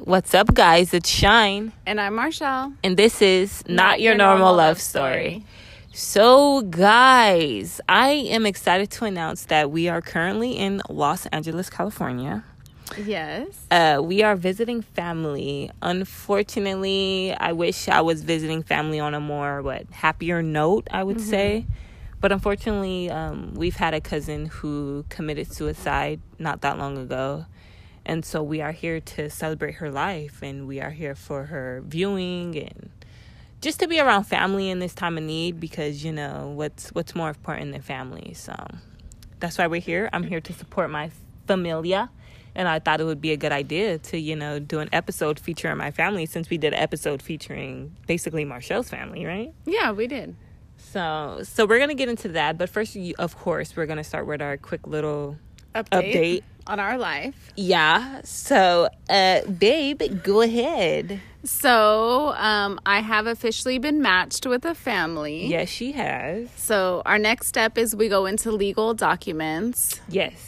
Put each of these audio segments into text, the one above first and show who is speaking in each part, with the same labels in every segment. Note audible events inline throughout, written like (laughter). Speaker 1: What's up, guys? It's Shine,
Speaker 2: And I'm Marshall.
Speaker 1: and this is Not, Your Normal, Love, Story. So, guys, I am excited to announce that we are currently in Los Angeles, California.
Speaker 2: Yes.
Speaker 1: Uh, we are visiting family. Unfortunately, I wish I was visiting family on a more what happier note, I would say. But unfortunately, um, we've had a cousin who committed suicide not that long ago. And so we are here to celebrate her life and we are here for her viewing and just to be around family in this time of need because you know what's what's more important than family. So that's why we're here. I'm here to support my familia. And I thought it would be a good idea to, you know, do an episode featuring my family since we did an episode featuring basically Marcel's family, right?
Speaker 2: Yeah, we did.
Speaker 1: So, so we're going to get into that, but first you- of course, we're going to start with our quick little
Speaker 2: Update,
Speaker 1: Update.
Speaker 2: on our life.
Speaker 1: yeah. So, uh babe, go ahead.
Speaker 2: So, um, I have officially been matched with a family.
Speaker 1: Yes, she has.
Speaker 2: So, our next step is we go into legal documents.
Speaker 1: (clears throat) Yes.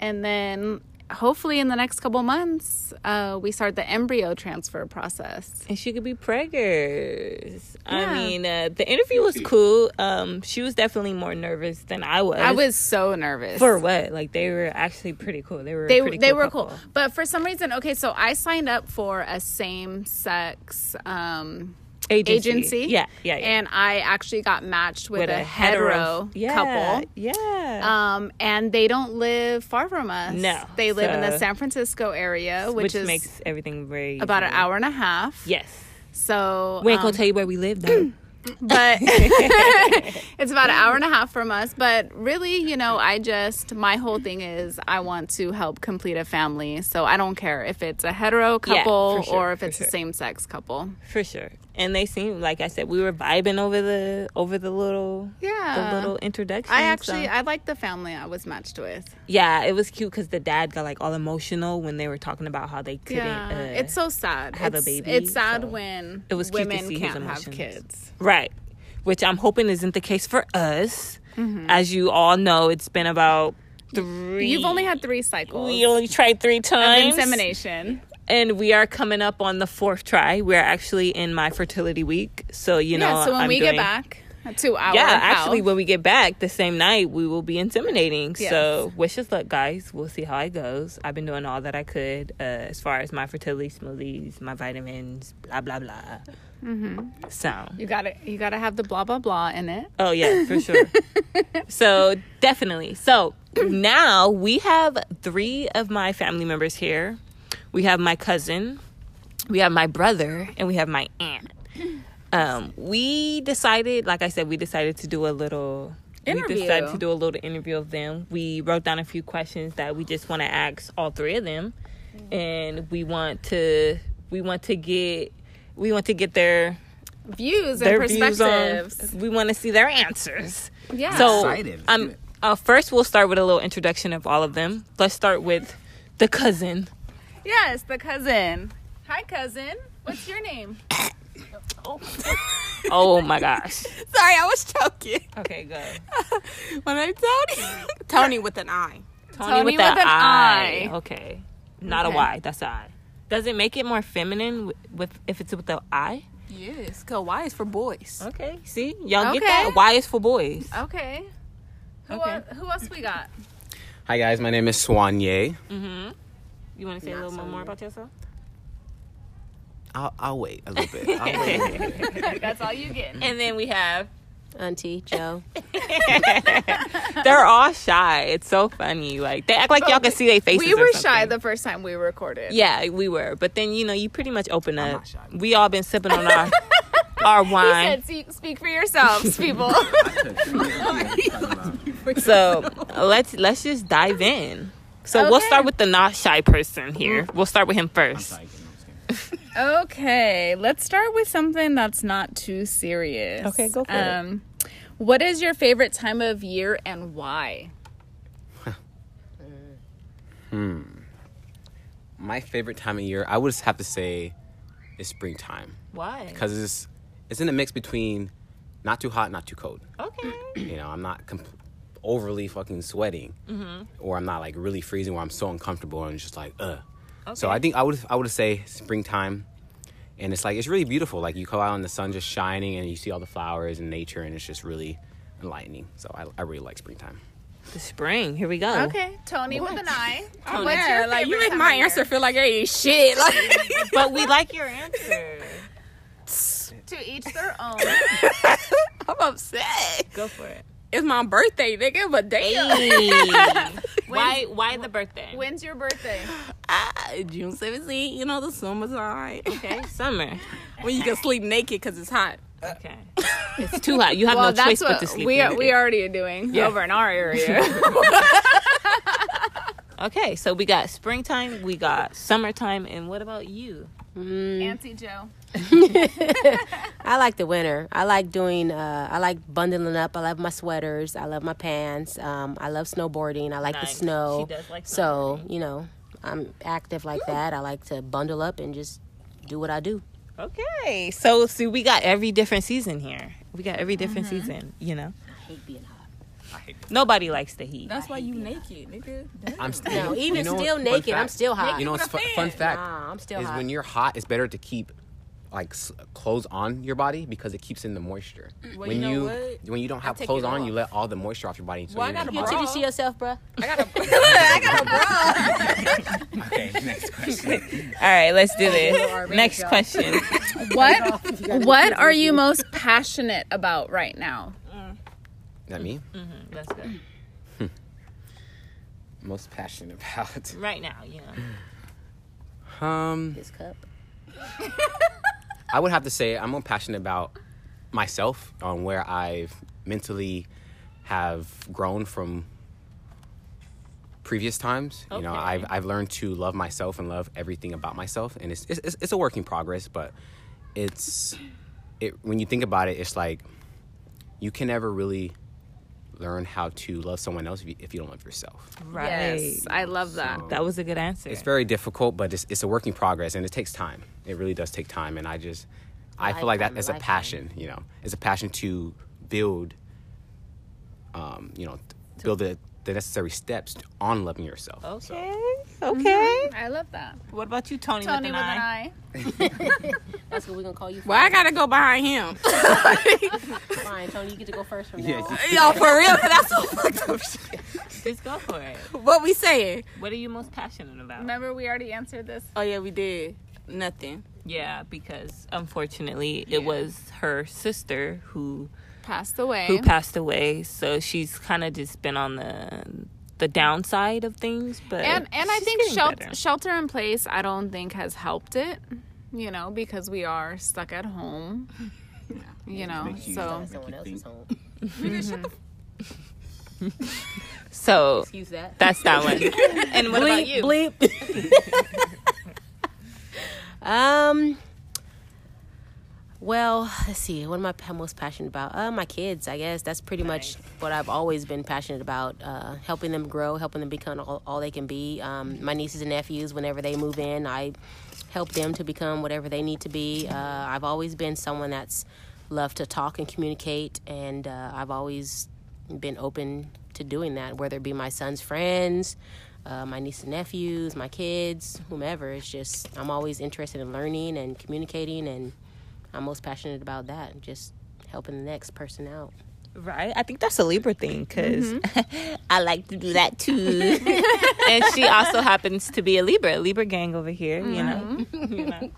Speaker 2: And then, hopefully, in the next couple months, uh, we start the embryo transfer process.
Speaker 1: and she could be preggers. I
Speaker 2: Yeah.
Speaker 1: mean, uh, the interview was cool. Um, she was definitely more nervous than I was.
Speaker 2: I was so nervous.
Speaker 1: for what? Like they were actually pretty cool. They were a
Speaker 2: they
Speaker 1: pretty
Speaker 2: they
Speaker 1: cool
Speaker 2: were
Speaker 1: couple.
Speaker 2: cool, but for some reason, okay. So I signed up for a same sex um,
Speaker 1: agency.
Speaker 2: agency.
Speaker 1: Yeah, yeah, yeah.
Speaker 2: And I actually got matched with, a, hetero,
Speaker 1: yeah,
Speaker 2: couple.
Speaker 1: Yeah.
Speaker 2: Um, and they don't live far from us.
Speaker 1: No,
Speaker 2: They live in
Speaker 1: so-
Speaker 2: the San Francisco area, which,
Speaker 1: which
Speaker 2: is
Speaker 1: makes everything very
Speaker 2: about an
Speaker 1: easy.
Speaker 2: hour and a half.
Speaker 1: Yes.
Speaker 2: So
Speaker 1: We ain't
Speaker 2: um,
Speaker 1: gonna tell you where we live
Speaker 2: (clears throat)
Speaker 1: though. (laughs)
Speaker 2: but (laughs) it's about an hour and a half from us. But really, you know, I just my whole thing is I want to help complete a family. So I don't care if it's a hetero
Speaker 1: Yeah, for
Speaker 2: couple
Speaker 1: sure,
Speaker 2: or if
Speaker 1: for
Speaker 2: it's
Speaker 1: sure.
Speaker 2: a same sex couple.
Speaker 1: for sure. And they seemed like I said we were vibing over the over the little
Speaker 2: Yeah.
Speaker 1: the little introduction.
Speaker 2: Uh, I
Speaker 1: so-
Speaker 2: actually I like the family I was matched with.
Speaker 1: yeah, it was cute because the dad got like all emotional when they were talking about how they couldn't.
Speaker 2: yeah,
Speaker 1: uh,
Speaker 2: it's so sad.
Speaker 1: have a
Speaker 2: it's,
Speaker 1: baby,
Speaker 2: It's sad
Speaker 1: so
Speaker 2: when
Speaker 1: it was cute to
Speaker 2: women
Speaker 1: see his
Speaker 2: can't have
Speaker 1: emotions.
Speaker 2: kids.
Speaker 1: Right. Which I'm hoping isn't the case for us. As you all know, it's been about three.
Speaker 2: Mm-hmm. You've only had three cycles
Speaker 1: We only tried three
Speaker 2: of
Speaker 1: times.
Speaker 2: insemination.
Speaker 1: And we are coming up on the fourth try. We're actually in my fertility week. So, you know.
Speaker 2: yeah, so when
Speaker 1: I'm
Speaker 2: we
Speaker 1: doing,
Speaker 2: get back to our
Speaker 1: Yeah,
Speaker 2: house,
Speaker 1: actually, when we get back the same night, we will be inseminating.
Speaker 2: Yes.
Speaker 1: So, wish us luck, guys. We'll see how it goes. I've been doing all that I could uh, as far as my fertility smoothies, my vitamins, blah, blah, blah. Mm-hmm. So,
Speaker 2: you got to you got to have the blah blah blah in it.
Speaker 1: Oh yeah, for
Speaker 2: (laughs)
Speaker 1: sure. so definitely. So now we have three of my family members here. We have my cousin, we have my brother, and we have my aunt. Um, we decided, like I said, we decided to do a little. We
Speaker 2: Interview.
Speaker 1: decided to do a little interview of them. We wrote down a few questions that we just want to ask all three of them, and we want to we want to get we want to get their
Speaker 2: Views and
Speaker 1: their views on.
Speaker 2: perspectives.
Speaker 1: We want to see their answers.
Speaker 2: yeah.
Speaker 1: So
Speaker 3: Excited. Let's do
Speaker 1: um,
Speaker 3: it.
Speaker 1: uh, first we'll start with a little introduction of all of them. Let's start with the cousin.
Speaker 2: yes, the cousin. Hi cousin. What's your name?
Speaker 1: Oh my gosh.
Speaker 4: Sorry, I was choking.
Speaker 1: (laughs) Okay, go.
Speaker 4: My name's Tony.
Speaker 2: (laughs)
Speaker 4: Tony with an I.
Speaker 1: Tony,
Speaker 2: Tony
Speaker 1: with,
Speaker 2: with
Speaker 1: that
Speaker 2: an
Speaker 1: I.
Speaker 2: I.
Speaker 1: Okay, not
Speaker 2: Okay.
Speaker 1: a Y. That's a I. Does it make it more feminine with, with if it's with the I?
Speaker 4: Yes, cause Y is for boys.
Speaker 1: Okay. See, y'all get
Speaker 2: Okay.
Speaker 1: that? Y is for boys.
Speaker 2: Okay. Who
Speaker 1: Okay.
Speaker 2: el- who else we got?
Speaker 3: Hi guys, my name is Soigné.
Speaker 1: Mm-hmm. You want to say a little bit more about (laughs) yourself?
Speaker 3: I'll, I'll wait a little bit.
Speaker 1: (laughs)
Speaker 3: I'll wait a little bit.
Speaker 2: That's all you get.
Speaker 1: And then we have.
Speaker 4: Auntie Joe.
Speaker 1: They're all shy. It's so funny. Like they act like y'all can see their faces.
Speaker 2: We
Speaker 1: or
Speaker 2: were
Speaker 1: something.
Speaker 2: shy the first time we recorded.
Speaker 1: Yeah, we were. But then you know, you pretty much open up.
Speaker 3: not shy.
Speaker 1: We all been sipping on (laughs) our our
Speaker 2: He
Speaker 1: wine.
Speaker 2: said, "Speak- speak for (laughs) yourselves, people.
Speaker 1: so let's let's just dive in. So we'll
Speaker 2: Okay.
Speaker 1: start with the not shy person here. We'll start with him first.
Speaker 3: Like, you know, it's
Speaker 2: Okay, let's start with something that's not too serious.
Speaker 1: Okay, go for it.
Speaker 2: um, What is your favorite time of year and why?
Speaker 3: My favorite time of year, I would have to say, is springtime
Speaker 1: Why?
Speaker 3: because it's it's in a mix between not too hot, not too cold.
Speaker 1: Okay.
Speaker 3: You know, I'm not comp-
Speaker 1: Mm-hmm.
Speaker 3: overly fucking sweating, or I'm not like really freezing where I'm so uncomfortable and just like, uh. So I think I would I would say springtime, and it's like it's really beautiful. Like you go out and the sun just shining, and you see all the flowers and nature, and it's just really enlightening. So I, I really like springtime.
Speaker 1: The spring. Here we go. (laughs)
Speaker 2: Okay, Tony with an eye.
Speaker 4: Oh,
Speaker 2: What's
Speaker 4: yeah,
Speaker 2: your
Speaker 4: like you
Speaker 2: favorite
Speaker 4: make
Speaker 2: time
Speaker 4: my
Speaker 2: of year?
Speaker 4: answer feel like hey shit. Like
Speaker 1: But we like your answer.
Speaker 2: To each their (laughs) own.
Speaker 4: I'm upset.
Speaker 1: Go for it.
Speaker 4: It's my birthday, nigga. But damn,
Speaker 1: (laughs) why why the birthday?
Speaker 2: When's your birthday?
Speaker 4: Ah, June 17th. You know the summertime
Speaker 1: Okay, summer.
Speaker 4: when you can sleep naked because it's hot.
Speaker 1: Okay. (laughs) It's too hot. You have
Speaker 2: well,
Speaker 1: no
Speaker 2: that's
Speaker 1: choice
Speaker 2: what
Speaker 1: but to sleep.
Speaker 2: we are,
Speaker 1: naked.
Speaker 2: we already doing
Speaker 1: Yeah.
Speaker 2: over in
Speaker 1: (laughs)
Speaker 2: our area.
Speaker 1: Okay, so we got springtime, we got summertime, and what about you?
Speaker 2: Auntie Joe.
Speaker 5: (laughs) I like the winter. I like doing. Uh, I like bundling up. I love my sweaters. I love my pants. Um, I love snowboarding. I like
Speaker 1: Nice.
Speaker 5: the snow.
Speaker 1: She does like
Speaker 5: so you know, I'm active like that. I like to bundle up and just do what I do.
Speaker 1: Okay, so see, we got every different season here. We got every different season, you know?
Speaker 5: I hate being hot.
Speaker 1: Nobody likes the heat.
Speaker 4: That's why you naked, nigga.
Speaker 2: (laughs)
Speaker 3: I'm still
Speaker 5: No,
Speaker 3: you
Speaker 5: even
Speaker 3: know
Speaker 5: still
Speaker 3: what? Fun
Speaker 5: naked, I'm
Speaker 3: fact-
Speaker 5: still hot.
Speaker 3: You know, it's
Speaker 4: with a
Speaker 3: fun, fun
Speaker 4: fan.
Speaker 3: fact
Speaker 5: Nah, I'm still
Speaker 3: is
Speaker 5: hot.
Speaker 3: when you're hot, it's better to keep like s- clothes on your body because it keeps in the moisture.
Speaker 5: Mm.
Speaker 4: Well,
Speaker 3: when
Speaker 4: you know
Speaker 3: you
Speaker 4: what?
Speaker 3: when you don't have
Speaker 4: take
Speaker 3: clothes
Speaker 4: it
Speaker 3: on, you
Speaker 4: off.
Speaker 3: let all the moisture off your body. So
Speaker 4: Well, I
Speaker 3: you're
Speaker 4: got a
Speaker 3: hot.
Speaker 5: you
Speaker 4: bra.
Speaker 5: titty to yourself, bruh.
Speaker 4: I got a, I got a bra.
Speaker 3: Okay, next question.
Speaker 1: All right, let's do this.
Speaker 5: already
Speaker 1: Next
Speaker 5: got-
Speaker 1: question.
Speaker 2: What what are you most passionate about right now?
Speaker 3: that me?
Speaker 5: Mm.
Speaker 1: That's good.
Speaker 3: Most passionate about.
Speaker 1: Right now, yeah.
Speaker 3: Um,
Speaker 5: This cup.
Speaker 3: I would have to say I'm more passionate about myself on where I've mentally have grown from previous times. You know,
Speaker 1: Okay.
Speaker 3: I've I've learned to love myself and love everything about myself, and it's it's, it's a work in progress, but it's it when you think about it, it's like you can never really learn how to love someone else if you, if you don't love yourself.
Speaker 1: Right.
Speaker 2: Yes, I love that.
Speaker 1: That was a good answer.
Speaker 3: It's very difficult, but it's, it's a work in progress, and it takes time. It really does take time, and I just, I feel like that
Speaker 5: Lifetime,
Speaker 3: is a
Speaker 5: lifetime.
Speaker 3: passion. You know, it's a passion to build, um, you know, build the, the necessary steps on loving yourself.
Speaker 5: Oh,
Speaker 3: So,
Speaker 1: Okay. Okay.
Speaker 2: I love that.
Speaker 1: What about you, Tony?
Speaker 2: Tony
Speaker 1: with an eye.
Speaker 5: That's what we're gonna call you.
Speaker 4: Well, I gotta go behind him.
Speaker 5: Fine, Tony. You get to go first
Speaker 3: (laughs)
Speaker 5: from
Speaker 3: Yeah,
Speaker 5: now. on.
Speaker 3: you-
Speaker 4: Yo, for real, that's so fucked up. shit.
Speaker 1: Just go for it.
Speaker 4: What we saying?
Speaker 1: (laughs) What are you most passionate about?
Speaker 2: Remember we already answered this.
Speaker 4: Oh yeah, we did nothing.
Speaker 1: Yeah, because unfortunately, it was her sister who
Speaker 2: Passed away.
Speaker 1: who passed away. So she's kind of just been on the the downside of things. But
Speaker 2: and and I
Speaker 1: she's
Speaker 2: think
Speaker 1: getting
Speaker 2: shelter
Speaker 1: better.
Speaker 2: shelter in place I don't think has helped it, you know, because we are stuck at (laughs) home. You know,
Speaker 3: makes you-
Speaker 2: so
Speaker 5: Someone else's home.
Speaker 1: so
Speaker 5: Excuse that.
Speaker 1: that's that
Speaker 2: (laughs)
Speaker 1: one. and what about you?
Speaker 4: (laughs)
Speaker 5: Bleep. (laughs) um. Well, let's see. What am I pa- most passionate about? Uh, my kids, I guess. That's pretty much what I've always been passionate about. Uh, helping them grow, helping them become all, all they can be. Um, my nieces and nephews, whenever they move in, I help them to become whatever they need to be. Uh, I've always been someone that's loved to talk and communicate, and uh, I've always been open to doing that, whether it be my son's friends, uh, my niece and nephews, my kids, whomever. It's just I'm always interested in learning and communicating, and I'm most passionate about that, just helping the next person out.
Speaker 1: Right? I think that's a Libra thing because
Speaker 2: Mm-hmm.
Speaker 1: (laughs) I like to do that
Speaker 2: (laughs)
Speaker 1: too. and she also happens to be a Libra, Libra gang over here, you, know? (laughs)
Speaker 2: Mm-hmm.
Speaker 1: you know.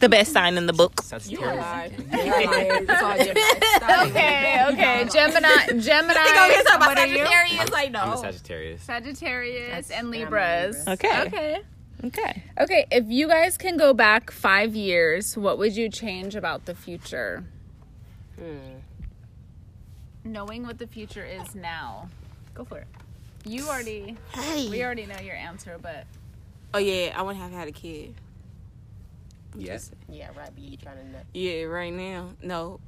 Speaker 1: The best sign in the book.
Speaker 3: Sagittarius.
Speaker 4: It's all Gemini.
Speaker 2: okay, (laughs) okay, Gemini, Gemini. what are you?
Speaker 4: Sagittarius, like
Speaker 3: I'm a
Speaker 4: no.
Speaker 3: Sagittarius.
Speaker 2: Sagittarius and
Speaker 5: I'm a
Speaker 2: Libras.
Speaker 5: Libra.
Speaker 1: Okay.
Speaker 2: Okay.
Speaker 1: Okay.
Speaker 2: Okay, if you guys can go back five years, what would you change about the future? Knowing what the future is now. Go for it. You already, we already know your answer, but
Speaker 4: Oh yeah, I wouldn't have had a kid.
Speaker 3: Yes.
Speaker 5: Yeah, right. But you trying to nut.
Speaker 4: Yeah, right now, no.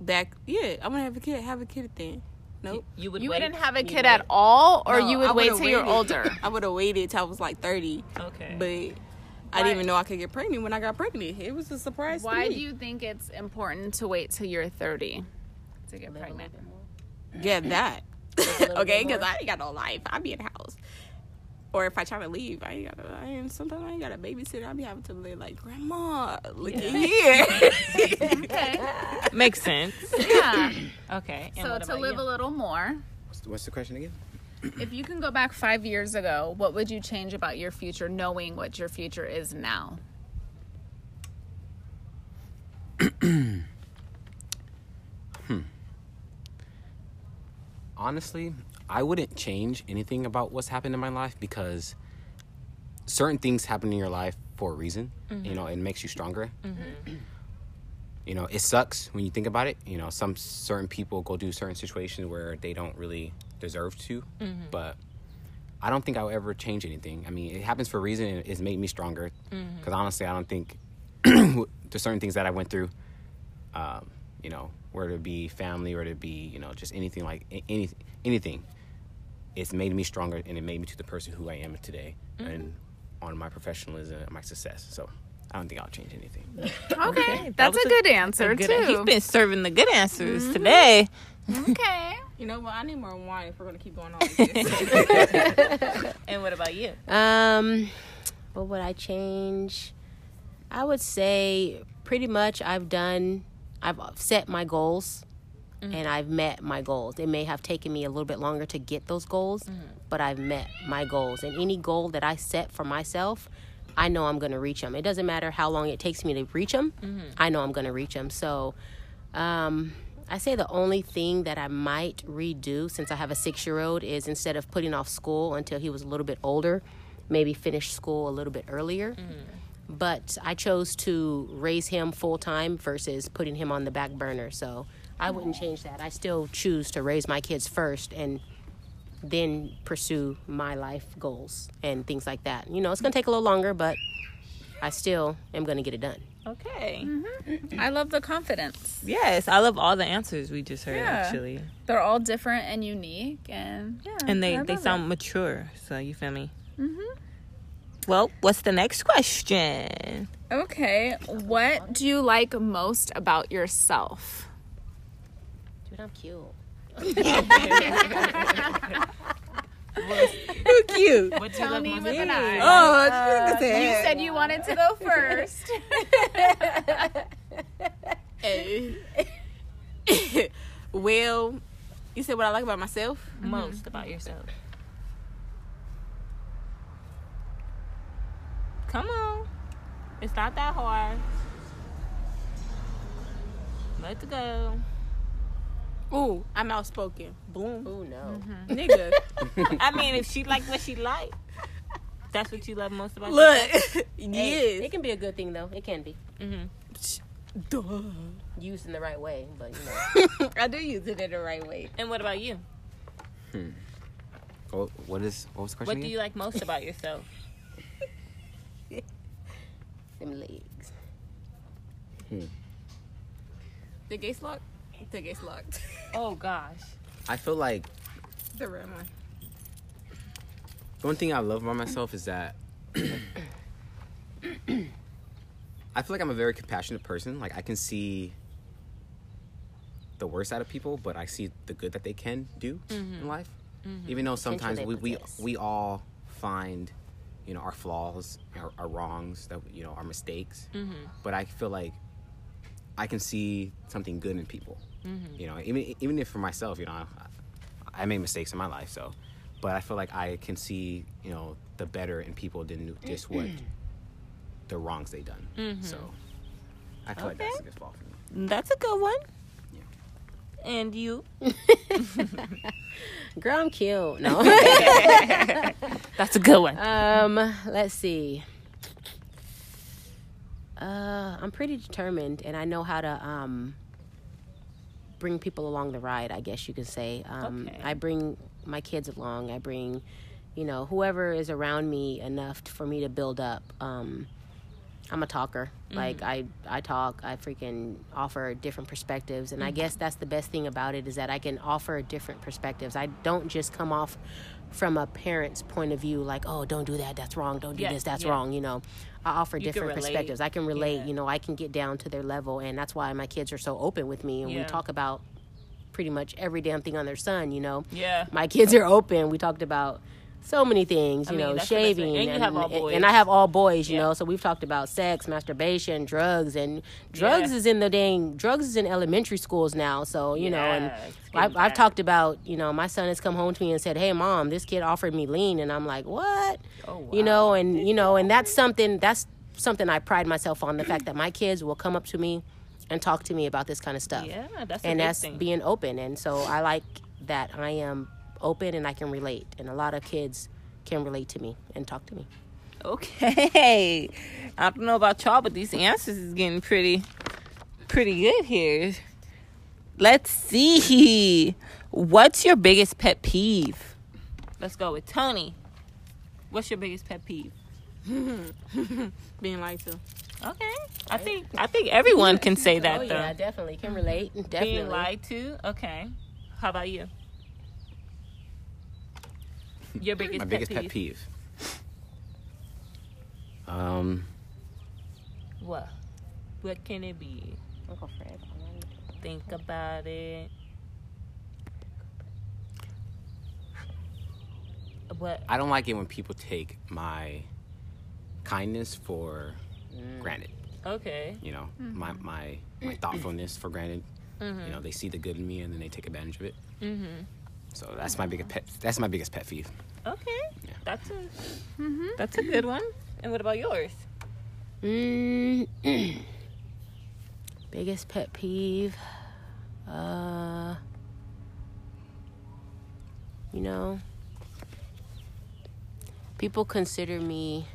Speaker 4: Back, yeah, I'm gonna have a kid. Have a kid then. Nope.
Speaker 1: You would
Speaker 2: you
Speaker 1: wait.
Speaker 2: wouldn't have a kid at all, or
Speaker 4: No,
Speaker 2: you
Speaker 4: I
Speaker 2: would wait till
Speaker 4: would've
Speaker 2: you're
Speaker 4: waited. (laughs)
Speaker 2: older.
Speaker 4: I would have waited till I was like 30,
Speaker 1: okay.
Speaker 4: but I
Speaker 2: Why-
Speaker 4: didn't even know I could get pregnant when I got pregnant. It was a surprise. to
Speaker 2: Why
Speaker 4: me.
Speaker 2: do you think it's important to wait till you're 30 to get pregnant?
Speaker 4: get that?
Speaker 5: little
Speaker 4: (laughs) okay,
Speaker 5: bit
Speaker 4: because I ain't got no life. I be in the house. Or if I try to leave, I ain't gotta. I ain't, sometimes I ain't got a babysitter. I be having to be like, Grandma, look at here.
Speaker 1: Makes sense.
Speaker 2: Yeah.
Speaker 1: Okay. and
Speaker 2: so
Speaker 1: what
Speaker 2: to
Speaker 1: about
Speaker 2: live
Speaker 1: you?
Speaker 2: a little more,
Speaker 3: What's the, what's the question again?
Speaker 2: if you can go back five years ago, what would you change about your future, knowing what your future is now?
Speaker 3: honestly, I wouldn't change anything about what's happened in my life because certain things happen in your life for a reason. You know, it makes you stronger. (clears throat) You know, it sucks when you think about it. You know, some certain people go do certain situations where they don't really deserve to, but I don't think I'll ever change anything. I mean, it happens for a reason and it's made me stronger. Because honestly, I don't think (clears throat) there's certain things that I went through um, you know, whether it be family, whether it be, you know, just anything like a- any, anything. It's made me stronger and it made me to the person who I am today
Speaker 1: Mm-hmm.
Speaker 3: and on my professionalism and my success. So I don't think I'll change anything.
Speaker 2: Okay,
Speaker 1: that
Speaker 2: that's
Speaker 1: was
Speaker 2: a,
Speaker 1: a-
Speaker 2: good Mm-hmm. answer
Speaker 1: Good-
Speaker 2: too. (laughs)
Speaker 1: He's been serving the good answers today.
Speaker 2: okay.
Speaker 4: (laughs) you know what? I need more wine if we're gonna keep going (laughs) on. Like this.
Speaker 1: And what about you?
Speaker 5: Um, what would I change? I would say pretty much I've done, I've set my goals and I've met my goals. It may have taken me a little bit longer to get those goals, but I've met my goals. And any goal that I set for myself, I know I'm going to reach them. It doesn't matter how long it takes me to reach them, I know I'm going to reach them. So, um, I say the only thing that I might redo since I have a six year old is instead of putting off school until he was a little bit older, maybe finish school a little bit earlier. Mm. But I chose to raise him full time versus putting him on the back burner. So I wouldn't change that. I still choose to raise my kids first and then pursue my life goals and things like that. You know, it's going to take a little longer, but I still am going to get it done.
Speaker 1: Okay.
Speaker 2: Mm-hmm. I love the confidence.
Speaker 1: Yes, I love all the answers we just heard
Speaker 2: Yeah.
Speaker 1: actually.
Speaker 2: They're all different and unique, and yeah,
Speaker 1: And they,
Speaker 2: I
Speaker 1: they
Speaker 2: love
Speaker 1: sound mature, so you feel me? Mm-hmm. Well, what's the next question?
Speaker 2: it. okay. What do you like most about yourself?
Speaker 5: Dude, I'm cute.
Speaker 1: Cute.
Speaker 2: Tony with an eye.
Speaker 1: Oh, I
Speaker 4: Uh,
Speaker 1: was just gonna
Speaker 2: You
Speaker 1: say.
Speaker 2: said you wanted to go (laughs) first.
Speaker 4: Eh. (laughs) well, you said what I like about myself.
Speaker 1: most about yourself. Come on. It's not that hard. Let's go.
Speaker 4: Ooh, I'm outspoken,
Speaker 1: Boom.
Speaker 5: Oh, no.
Speaker 4: nigga.
Speaker 1: I mean, if she like what she like, that's what you love most about yourself.
Speaker 4: Look,
Speaker 5: Hey,
Speaker 4: (laughs) yes,
Speaker 5: It can be a good thing though. It can be
Speaker 4: duh.
Speaker 5: used in the right way, but you (laughs) know.
Speaker 4: I do use it in the right way.
Speaker 1: And what about you?
Speaker 3: What, Oh, what is what was the question?
Speaker 1: What do
Speaker 3: again?
Speaker 1: you like most about yourself?
Speaker 5: Them legs.
Speaker 4: The gate's locked. The gate's locked.
Speaker 1: Oh gosh.
Speaker 3: I feel like
Speaker 4: the red one.
Speaker 3: one thing I love about myself is that I feel like I'm a very compassionate person. Like I can see the worst out of people, but I see the good that they can do in life. Even though sometimes
Speaker 5: they
Speaker 3: we, we
Speaker 5: possess.
Speaker 3: we all find you know our flaws, our, our wrongs, that you know our mistakes. But I feel like I can see something good in people. You know, even even if for myself, you know, I, I made mistakes in my life, so. But I feel like I can see, you know, the better in people than just what the wrongs they done. So I feel like that's a good fall for me.
Speaker 1: That's a good one.
Speaker 3: Yeah.
Speaker 1: And you?
Speaker 5: Girl, I'm cute. (laughs) No.
Speaker 1: That's a good one.
Speaker 5: um, let's see. Uh, I'm pretty determined, and I know how to um bring people along the ride. I guess you could say. Um,
Speaker 1: Okay.
Speaker 5: I bring my kids along. I bring, you know, whoever is around me enough for me to build up. Um, I'm a talker. Like I,
Speaker 1: Mm-hmm.
Speaker 5: I talk. I freaking offer different perspectives,
Speaker 1: Mm-hmm.
Speaker 5: and I guess that's the best thing about it is that I can offer different perspectives. I don't just come off from a parent's point of view, like, oh, don't do that. That's wrong. Don't do
Speaker 1: Yeah,
Speaker 5: this. That's
Speaker 1: yeah.
Speaker 5: wrong. You know, I offer
Speaker 1: can
Speaker 5: different
Speaker 1: relate.
Speaker 5: perspectives. I can relate.
Speaker 1: Yeah.
Speaker 5: You know, I can get down to their level, and that's why my kids are so open with me, and we
Speaker 1: Yeah.
Speaker 5: talk about pretty much every damn thing on their son. You know,
Speaker 1: Yeah.
Speaker 5: my kids are open. We talked about so many things, you
Speaker 1: mean,
Speaker 5: know,
Speaker 1: that's the best thing.
Speaker 5: shaving.
Speaker 1: And you have all
Speaker 5: and-
Speaker 1: boys.
Speaker 5: and I have all boys, you
Speaker 1: Yeah.
Speaker 5: know, so we've talked about sex, masturbation, drugs, and drugs
Speaker 1: Yeah.
Speaker 5: is in the dang, drugs is in elementary schools now. So, you know, and
Speaker 1: Yeah, it's getting
Speaker 5: I've, I've
Speaker 1: bad.
Speaker 5: talked about, you know, my son has come home to me and said, hey, mom, this kid offered me lean. And I'm like, what?
Speaker 1: Oh,
Speaker 5: You know, and, you know, and that's something, that's something I pride myself on, the fact that my kids will come up to me and talk to me about this kind of stuff
Speaker 1: Yeah, that's a
Speaker 5: and
Speaker 1: good
Speaker 5: that's
Speaker 1: thing.
Speaker 5: being open and so i like that i am open and i can relate and a lot of kids can relate to me and talk to me
Speaker 1: Okay. I don't know about y'all, but these answers is getting pretty pretty good here. Let's see. What's your biggest pet peeve? Let's go with Tony. What's your biggest pet peeve?
Speaker 4: Being lied to.
Speaker 1: Okay. I think Oh, I think everyone can say that though.
Speaker 5: Oh, definitely can relate definitely
Speaker 1: Being lied to? Okay. How about you? Your biggest
Speaker 3: My biggest pet
Speaker 1: peeve.
Speaker 3: peeve. Um,
Speaker 1: What? What can it be?
Speaker 5: Uncle Fred.
Speaker 1: Think about it. What?
Speaker 3: I don't like it when people take my kindness for granted.
Speaker 1: Okay.
Speaker 3: You know, my my my thoughtfulness for granted. You know, they see the good in me and then they take advantage of it. Mm-hmm. So that's my biggest pet. That's my biggest pet peeve.
Speaker 1: Okay.
Speaker 3: Yeah.
Speaker 1: That's a
Speaker 5: Mm-hmm.
Speaker 1: that's a good one. And what about yours?
Speaker 5: Mm, (clears throat) biggest pet peeve uh you know people consider me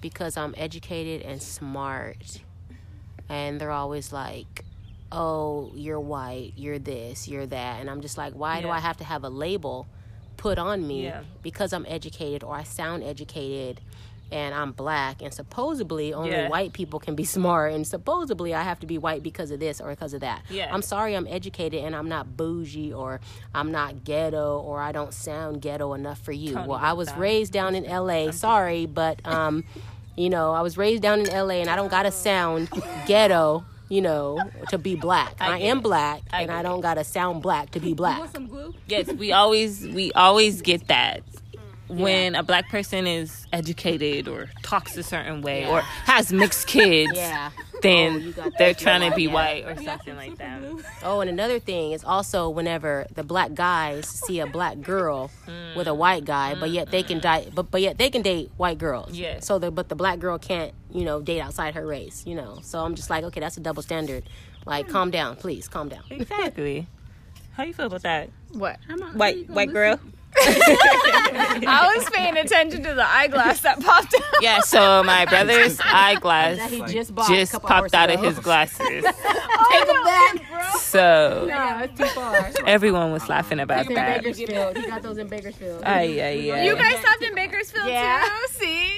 Speaker 5: because I'm educated and smart and they're always like oh you're white you're this you're that and I'm just like why do
Speaker 1: Yeah.
Speaker 5: I have to have a label put on me
Speaker 1: Yeah.
Speaker 5: because I'm educated or I sound educated and I'm black and supposedly only
Speaker 1: Yeah.
Speaker 5: white people can be (laughs) smart and supposedly I have to be white because of this or because of that.
Speaker 1: Yeah.
Speaker 5: I'm sorry I'm educated and I'm not bougie or I'm not ghetto or I don't sound ghetto enough for you.
Speaker 1: Totally
Speaker 5: well, I was
Speaker 1: not.
Speaker 5: raised down in LA. Sorry,
Speaker 1: (laughs)
Speaker 5: but um you know, I was raised down in LA and I don't got to sound ghetto, you know, to be black. I,
Speaker 1: get
Speaker 5: am
Speaker 1: it.
Speaker 5: black
Speaker 1: I
Speaker 5: and
Speaker 1: get
Speaker 5: I
Speaker 1: it.
Speaker 5: don't got to sound black to be black.
Speaker 4: Some glue.
Speaker 1: Yes, we always we always get that when a black person is educated or talks a certain way or has mixed kids. (laughs)
Speaker 5: Yeah. (laughs) Oh,
Speaker 1: Then
Speaker 5: you got
Speaker 1: they're
Speaker 5: that.
Speaker 1: trying to be
Speaker 5: Yeah.
Speaker 1: white or something
Speaker 5: (laughs)
Speaker 1: like that.
Speaker 5: Oh, and another thing is also whenever the black guys see a black girl with a white guy, but yet they can date, but but yet they can date white girls.
Speaker 1: Yes.
Speaker 5: So the but the black girl can't, you know, date outside her race. You know. So I'm just like, okay, that's a double standard. Like, calm down, please, calm down.
Speaker 1: Exactly. How you feel about that?
Speaker 2: What?
Speaker 1: White white girl.
Speaker 2: I was paying attention to the eyeglass that popped out.
Speaker 1: Yeah, so my
Speaker 5: (laughs)
Speaker 1: brother's eyeglass
Speaker 5: That he
Speaker 3: Like,
Speaker 5: just bought a
Speaker 1: just
Speaker 5: couple
Speaker 1: popped
Speaker 5: hours
Speaker 1: out of
Speaker 5: (laughs) ago. Oh,
Speaker 1: his glasses. (laughs)
Speaker 5: Take it back.
Speaker 1: So
Speaker 5: No, it's too far.
Speaker 1: everyone was laughing about
Speaker 5: It's in
Speaker 1: that.
Speaker 5: Bakersfield. He got those in Bakersfield.
Speaker 1: Ay, ay, ay.
Speaker 2: You guys stopped in Bakersfield
Speaker 5: Yeah.
Speaker 2: too. See,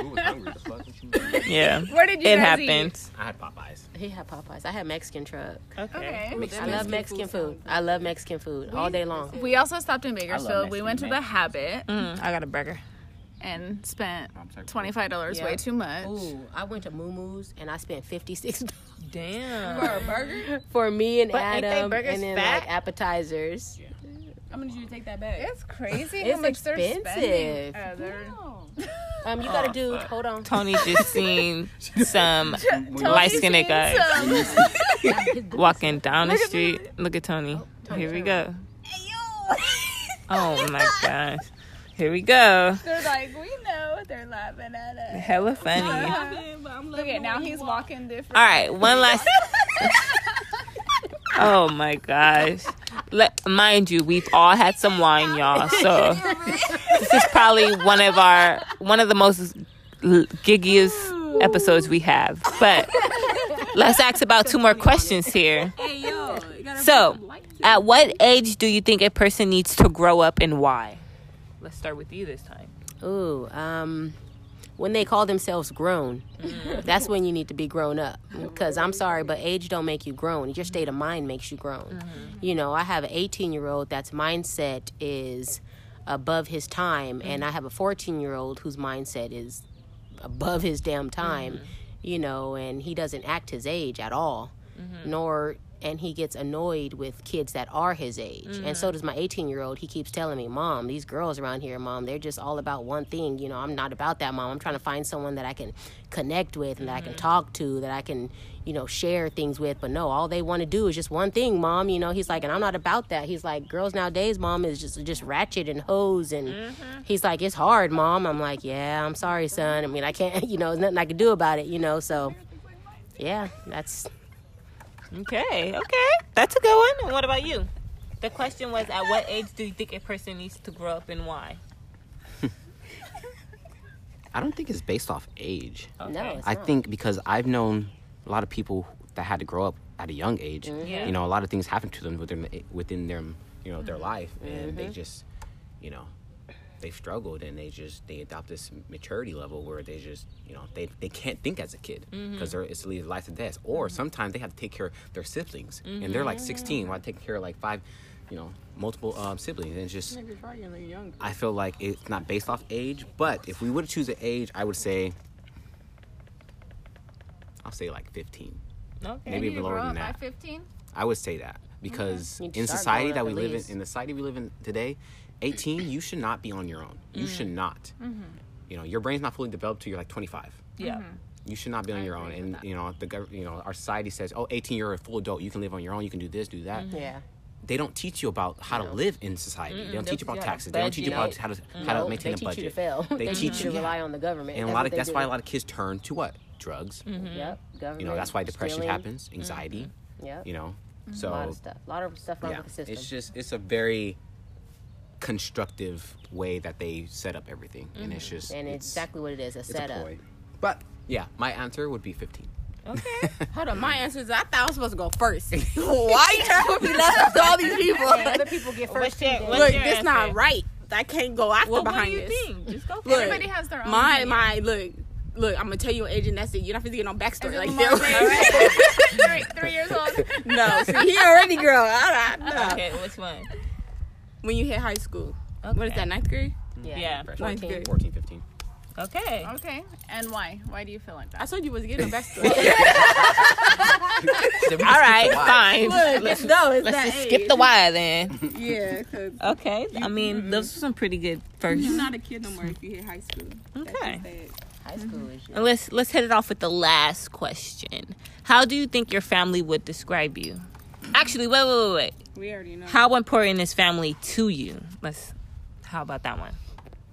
Speaker 3: Who was hungry? The fuck? What you mean?
Speaker 1: yeah.
Speaker 2: where did you
Speaker 1: It
Speaker 2: guys
Speaker 1: happened.
Speaker 3: I had Popeyes.
Speaker 5: He had Popeyes. I had Mexican truck.
Speaker 2: eat? Okay.
Speaker 5: I love Mexican food. I love Mexican food all day long.
Speaker 2: We also stopped in Bakersfield. We went to the
Speaker 3: Mexican
Speaker 2: Habit
Speaker 1: Mm, I got a burger.
Speaker 2: and spent
Speaker 3: sorry.
Speaker 2: twenty five dollars,
Speaker 5: Yeah.
Speaker 2: way too much.
Speaker 5: Ooh, I went to Moo Moo's and I spent fifty (laughs) six dollars.
Speaker 1: Damn.
Speaker 5: for me and
Speaker 1: But ain't they
Speaker 5: Adam,
Speaker 1: burgers
Speaker 5: and then
Speaker 1: fat?
Speaker 5: like appetizers.
Speaker 4: I'm gonna need you to take that back.
Speaker 2: It's crazy
Speaker 5: It's
Speaker 2: how much they're spending.
Speaker 5: expensive.
Speaker 2: Uh, they're-
Speaker 5: Um, you gotta do. Hold on,
Speaker 1: Tony (laughs) just seen some (laughs) light skinned
Speaker 2: Tony's
Speaker 1: guy
Speaker 2: seen some-
Speaker 1: walking down the street. Look at Tony. Here we go. (laughs) Oh my gosh. Here we go.
Speaker 2: (laughs) They're like, we know they're laughing at us.
Speaker 1: Hella (laughs) funny.
Speaker 2: Look at now he's walking different.
Speaker 1: All right, one last. oh my gosh. Let, mind you, we've all had some wine, y'all. So this is probably one of our one of the most l- giggiest episodes we have. But let's ask about two more questions here.
Speaker 4: Hey yo, you gotta
Speaker 1: So,
Speaker 4: like
Speaker 1: at what age do you think a person needs to grow up, and why? Let's start with you this time.
Speaker 5: Ooh, um, when they call themselves grown, that's when you need to be grown (laughs) up. Because I'm sorry, but age don't make you grown. Your state of mind makes you grown. You know, I have an 18 year old that's mindset is above his time, and I have a 14 year old whose mindset is Mm. above his damn time. You know, and he doesn't act his age at all. nor and he gets annoyed with kids that are his age. And so does my 18 year old. He keeps telling me, Mom, these girls around here, Mom, they're just all about one thing. You know, I'm not about that, Mom. I'm trying to find someone that I can connect with and that I can talk to, that I can, you know, share things with. But no, all they want to do is just one thing, Mom. You know, he's like, and I'm not about that. He's like, girls nowadays, Mom, is just, just ratchet and hoes. And he's like, it's hard, Mom. I'm like, yeah, I'm sorry, son. I mean, I can't, (laughs) you know, there's nothing I can do about it, you know, so. Yeah, that's
Speaker 1: Okay, okay. That's a good one. And what about you? The question was at what age do you think a person needs to grow up and why?
Speaker 3: I don't think it's based off age.
Speaker 5: no. Oh, It's
Speaker 3: I
Speaker 5: not.
Speaker 3: think because I've known a lot of people that had to grow up at a young age.
Speaker 5: Mm-hmm.
Speaker 1: Yeah.
Speaker 3: You know, a lot of things happened to them within within their you know
Speaker 5: Mm-hmm.
Speaker 3: their life, and they just you know they've struggled and they just they adopt this maturity level where they just you know they, they can't think as a kid
Speaker 5: Mm-hmm.
Speaker 3: because they're it's either life or death or sometimes they have to take care of their siblings and they're
Speaker 5: Mm-hmm.
Speaker 3: like 16 while taking care of like five you know multiple um, siblings and it's just
Speaker 4: Niggas arguing younger.
Speaker 3: I feel like it's not based off age, but if we were to choose an age, I would say I'll say like 15.
Speaker 1: Okay.
Speaker 3: Maybe even lower
Speaker 2: grow
Speaker 3: than
Speaker 2: up
Speaker 3: that.
Speaker 2: by 15?
Speaker 3: I would say that because
Speaker 5: You need to
Speaker 3: in
Speaker 5: start
Speaker 3: society
Speaker 5: growing
Speaker 3: that
Speaker 5: up
Speaker 3: we
Speaker 5: at
Speaker 3: live in,
Speaker 5: least.
Speaker 3: in the society we live in today, 18, you should not be on your own.
Speaker 5: Mm-hmm.
Speaker 3: You should not. You know, your brain's not fully developed till you're like 25.
Speaker 1: Yeah.
Speaker 3: You should not be on your own.
Speaker 2: agree with
Speaker 3: And
Speaker 2: that.
Speaker 3: you know, the gov- you know, our society says, "Oh, 18, you're a full adult. You can live on your own. You can do this, do that."
Speaker 5: yeah.
Speaker 3: They don't teach you about how to live in society. They don't teach you
Speaker 1: They teach you how
Speaker 3: about
Speaker 1: to
Speaker 3: taxes. They don't teach you about
Speaker 5: budget.
Speaker 3: how to how to
Speaker 5: Nope,
Speaker 3: maintain
Speaker 5: (laughs) they
Speaker 3: a
Speaker 5: teach
Speaker 3: budget.
Speaker 5: you to fail.
Speaker 3: They teach you
Speaker 5: to rely
Speaker 3: yeah.
Speaker 5: on the government,
Speaker 3: and a lot of that's why a lot of kids turn to what drugs.
Speaker 5: of yep, government.
Speaker 3: You know, that's why depression
Speaker 5: stealing,
Speaker 3: happens, anxiety.
Speaker 5: Yep,
Speaker 3: You know,
Speaker 5: a lot
Speaker 3: so
Speaker 5: of stuff, a lot of stuff wrong
Speaker 3: yeah,
Speaker 5: with the system.
Speaker 3: it's just it's a very constructive way that they set up everything, and it's just
Speaker 5: Mm-hmm. and it's exactly what it is—a
Speaker 3: it's a
Speaker 5: setup.
Speaker 3: ploy. But yeah, my answer would be 15.
Speaker 4: Mm-hmm. (laughs)
Speaker 1: Okay.
Speaker 4: Hold on, my answer is I thought I was supposed to go first. Why you trying to be last after all these people?
Speaker 5: Other people (laughs) get
Speaker 1: What's
Speaker 5: first.
Speaker 1: your, what's
Speaker 4: Look,
Speaker 1: your
Speaker 4: this
Speaker 1: answer?
Speaker 4: not right. I can't go after
Speaker 1: What, what do
Speaker 4: behind
Speaker 1: you
Speaker 4: this.
Speaker 1: think? Just go for
Speaker 4: Look,
Speaker 1: it.
Speaker 2: Everybody has their own.
Speaker 4: My
Speaker 2: opinion.
Speaker 4: my look, look. I'm gonna tell you an age, and that's it. You're not supposed to get no
Speaker 2: Is
Speaker 4: backstory
Speaker 2: it
Speaker 4: like
Speaker 2: Lamar
Speaker 4: (laughs) that.
Speaker 2: Jackson? three, three years old.
Speaker 4: no, see, he already grown. I, I, no.
Speaker 1: Okay, which one?
Speaker 4: When you hit high school, (laughs) what is
Speaker 1: Okay.
Speaker 4: that? Ninth grade.
Speaker 1: Yeah.
Speaker 4: Ninth
Speaker 5: 14.
Speaker 4: grade.
Speaker 3: 14, 15.
Speaker 1: Okay.
Speaker 2: (laughs) Okay, and why? Why do you feel like
Speaker 4: I
Speaker 2: that?
Speaker 4: told you was (laughs) getting a backstory.
Speaker 3: All
Speaker 1: All right, fine.
Speaker 4: Look, no,
Speaker 1: Let's
Speaker 4: it's that
Speaker 1: just
Speaker 4: age.
Speaker 1: skip the why then.
Speaker 4: Yeah, cause
Speaker 1: Okay. I
Speaker 4: mm-hmm.
Speaker 1: mean, those are some pretty good first.
Speaker 4: you're not a kid no more if you hit high school. That's just
Speaker 1: Okay.
Speaker 4: sad.
Speaker 5: High school issue.
Speaker 1: And let's let's hit it off with the last question. How do you think your family would describe you? Actually, wait, wait, wait, wait.
Speaker 4: We already know.
Speaker 1: How important is family to you? Let's. How about that one?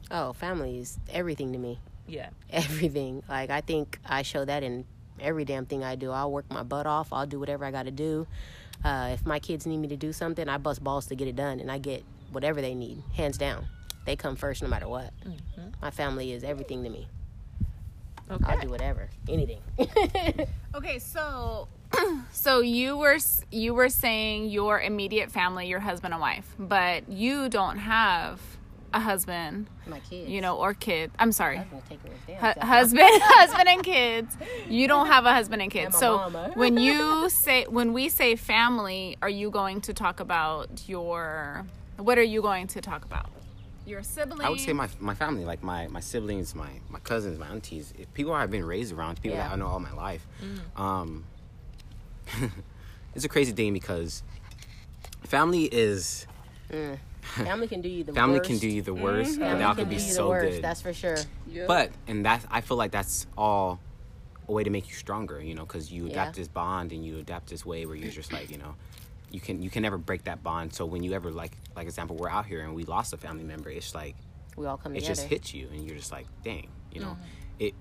Speaker 5: Oh, family is everything to me.
Speaker 1: Yeah.
Speaker 5: everything. (laughs) Like I think I show that in every damn thing I do. I'll work my butt off. I'll do whatever I got to do. Uh, if my kids need me to do something, I bust balls to get it done, and I get whatever they need, hands down. They come first, no matter what.
Speaker 2: Mm-hmm.
Speaker 5: My family is everything to me. I'll do whatever,
Speaker 2: (laughs)
Speaker 5: anything.
Speaker 2: Okay, so (clears throat) so you were s- you were saying your immediate family, your husband and wife, but you don't have a husband,
Speaker 5: my kids,
Speaker 2: you know, or kid. I'm sorry.
Speaker 5: I'm gonna take it with them.
Speaker 2: Hu- husband, (laughs) husband and kids. You don't have a husband and kids.
Speaker 5: my
Speaker 2: so (laughs)
Speaker 5: mama.
Speaker 2: when you say when we say family, are you going to talk about your what are you going to talk about? Your siblings.
Speaker 3: I would say my my family, like my my siblings, my my cousins, my aunties, i- people I've been raised around, people
Speaker 5: Yeah. Mm-hmm.
Speaker 3: that I know all my life. Um, (laughs) it's a crazy thing because family is
Speaker 5: family can do you the
Speaker 3: family
Speaker 5: worst. Mm-hmm.
Speaker 3: can do you the worst,
Speaker 5: Family
Speaker 3: but y'all can
Speaker 5: do
Speaker 3: be
Speaker 5: you the
Speaker 3: so
Speaker 5: worst,
Speaker 3: good.
Speaker 5: That's for sure.
Speaker 4: Yeah.
Speaker 3: But and that's I feel like that's all a way to make you stronger, you know, because you adapt
Speaker 5: Yeah.
Speaker 3: this bond and you adapt this way where you're just like, you know, you can you can never break that bond. So when you ever like like example, we're out here and we lost a family member, it's like
Speaker 5: We Mm-hmm. all come
Speaker 3: it
Speaker 5: together.
Speaker 3: just hits you and you're just like dang you know it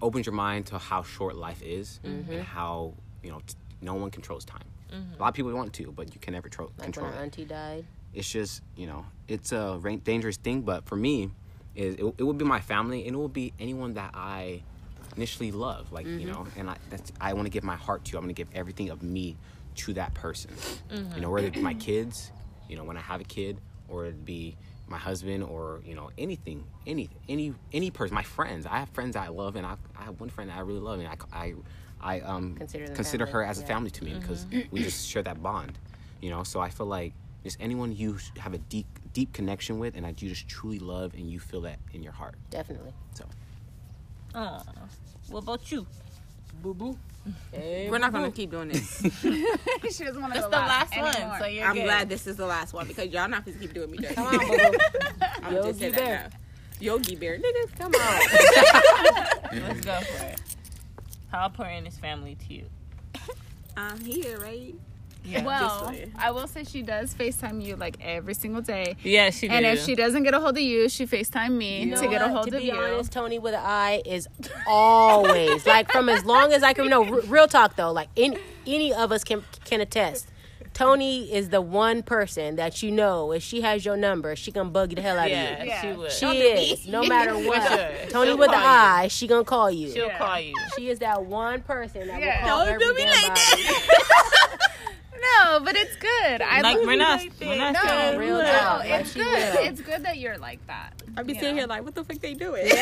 Speaker 3: opens your mind to how short life is
Speaker 5: Mm-hmm.
Speaker 3: and how you know t- no one controls time a lot of people want to but you can never tro-
Speaker 5: Like
Speaker 3: control
Speaker 5: when our
Speaker 3: it
Speaker 5: auntie died.
Speaker 3: it's just you know it's a ra- dangerous thing but for me is it, it will be my family and it will be anyone that i initially love like
Speaker 5: Mm-hmm.
Speaker 3: you know and i that's i want to give my heart to i want to give everything of me to that person you
Speaker 5: Mm-hmm.
Speaker 3: know whether it's my kids you know when i have a kid or it'd be my husband or you know anything any any any person my friends i have friends i love and i, I have one friend that i really love and i i, I um
Speaker 5: Consider them
Speaker 3: consider her
Speaker 5: family,
Speaker 3: as a
Speaker 5: yeah.
Speaker 3: family to me because we just share that bond, you know. So I feel like just anyone you sh- have a deep deep connection with and that you just truly love and you feel that in your heart.
Speaker 5: Definitely.
Speaker 3: So
Speaker 1: Aw. What about you?
Speaker 6: Boo boo.
Speaker 4: We're not gonna keep doing this. (laughs)
Speaker 2: she doesn't want to
Speaker 4: It's
Speaker 2: go
Speaker 4: the last
Speaker 2: anymore.
Speaker 4: one. So you're I'm glad this is the last one because y'all not gonna keep doing me dirty.
Speaker 5: Come on,
Speaker 4: (laughs)
Speaker 5: boo boo.
Speaker 4: I'm
Speaker 5: Yogi
Speaker 4: just saying
Speaker 5: Bear.
Speaker 4: that now. Yogi Bear, nigga, (laughs) come on.
Speaker 1: Let's go for it. How important is family to you?
Speaker 4: I'm here, right?
Speaker 2: Well,
Speaker 4: Just saying.
Speaker 2: I will say she does FaceTime you like every single day.
Speaker 1: Yeah, she
Speaker 2: And if she doesn't get a hold of you, she FaceTime me
Speaker 5: You
Speaker 2: to
Speaker 5: know
Speaker 2: get a
Speaker 5: what?
Speaker 2: hold
Speaker 5: to
Speaker 2: of
Speaker 5: be
Speaker 2: you.
Speaker 5: honest, Tony with an eye is always like from as long as I can. No, r- real talk though. Like any any of us can can attest. Tony is the one person that you know if she has your number, she gonna bug you the hell out
Speaker 1: yeah,
Speaker 5: of you.
Speaker 2: Yeah.
Speaker 1: she would.
Speaker 5: She is no matter
Speaker 1: sure.
Speaker 5: what. Tony
Speaker 1: She'll
Speaker 5: with the
Speaker 1: call you.
Speaker 5: eye, she gonna call you.
Speaker 1: She'll call you.
Speaker 5: she is that one person that
Speaker 2: Yeah.
Speaker 5: will call
Speaker 4: Don't
Speaker 5: every
Speaker 4: do me
Speaker 5: damn
Speaker 4: like
Speaker 5: body.
Speaker 2: No, but it's good. I
Speaker 1: like
Speaker 2: love-
Speaker 1: we're not, we're not
Speaker 2: no,
Speaker 1: saying-
Speaker 5: real
Speaker 2: no,
Speaker 5: talk. Like,
Speaker 2: it's
Speaker 5: she
Speaker 2: good.
Speaker 5: will.
Speaker 2: It's good that you're like that.
Speaker 4: I be
Speaker 2: You
Speaker 4: sitting
Speaker 2: know.
Speaker 4: here like, what the fuck they doing? (laughs)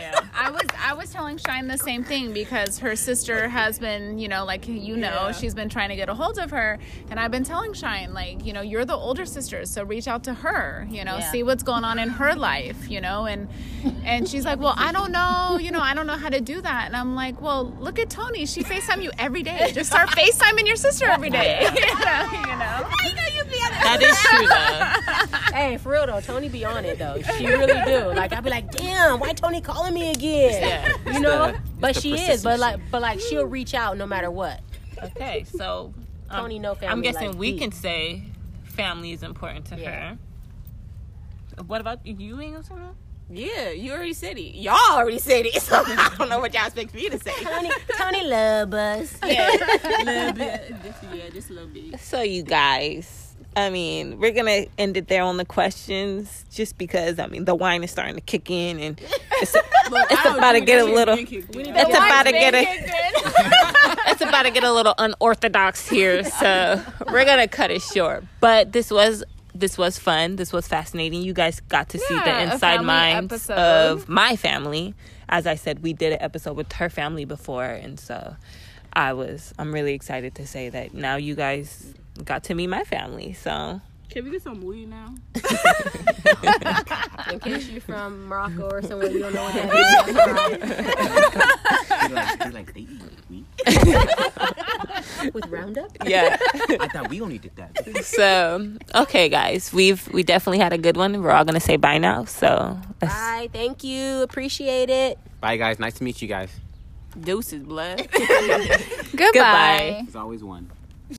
Speaker 1: Yeah.
Speaker 2: I was I was telling Shine the same thing because her sister has been, you know, like you know, she's been trying to get a hold of her, and I've been telling Shine like, you know, you're the older sister, so reach out to her, you know,
Speaker 5: Yeah.
Speaker 2: see what's going on in her life, you know, and and she's like, well, I don't know, you know, I don't know how to do that, and I'm like, well, look at Tony, she Facetime you every day, just start Facetiming your sister every day, (laughs) you know, you know.
Speaker 1: That is true though.
Speaker 5: Hey, for real though, Tony be on it though. She really do. Like I'd be like, damn, why Tony calling me again? You know?
Speaker 3: the-
Speaker 5: but
Speaker 3: it's the
Speaker 5: she is, but
Speaker 3: persistency.
Speaker 5: like but like she'll reach out no matter what.
Speaker 1: Okay, so um,
Speaker 5: Tony no family.
Speaker 1: I'm guessing
Speaker 5: like,
Speaker 1: we
Speaker 5: deep.
Speaker 1: can say family is important to
Speaker 5: Yeah.
Speaker 1: her. What about you, Ingo? Samuel?
Speaker 4: Yeah, you already said it. Y'all already said it, (laughs) so I don't know what y'all expect me (laughs) to say.
Speaker 5: Tony Tony love us.
Speaker 4: (laughs) Just- yeah, just a little bit.
Speaker 1: So you guys, I mean, we're gonna end it there on the questions, just because I mean the wine is starting to kick in, and it's, it's about
Speaker 4: Oh,
Speaker 1: to get a little,
Speaker 2: (laughs)
Speaker 1: it's about to get a, it's about to get a little unorthodox
Speaker 2: (laughs)
Speaker 1: here. So we're gonna cut it short. But this was this was fun. This was fascinating. You guys got to see
Speaker 2: Yeah, a
Speaker 1: the inside
Speaker 2: family
Speaker 1: minds
Speaker 2: episode.
Speaker 1: of my family. As I said, we did an episode with her family before, and so I was I'm really excited to say that now you guys got to meet my family. So
Speaker 4: Can we get some weed now?
Speaker 5: (laughs) In case you from Morocco or somewhere you don't know what that is. (laughs) that's all right.
Speaker 6: They like, they like, they eat wheat.
Speaker 5: With Roundup?
Speaker 1: yeah.
Speaker 6: I thought we only did that.
Speaker 1: so okay, guys, we've we definitely had a good one. We're all gonna say bye now. So let's,
Speaker 5: Bye, thank you. Appreciate it.
Speaker 3: Bye, guys. Nice to meet you guys.
Speaker 4: Deuces, blood.
Speaker 2: Goodbye.
Speaker 1: (laughs) Goodbye.
Speaker 6: There's always one.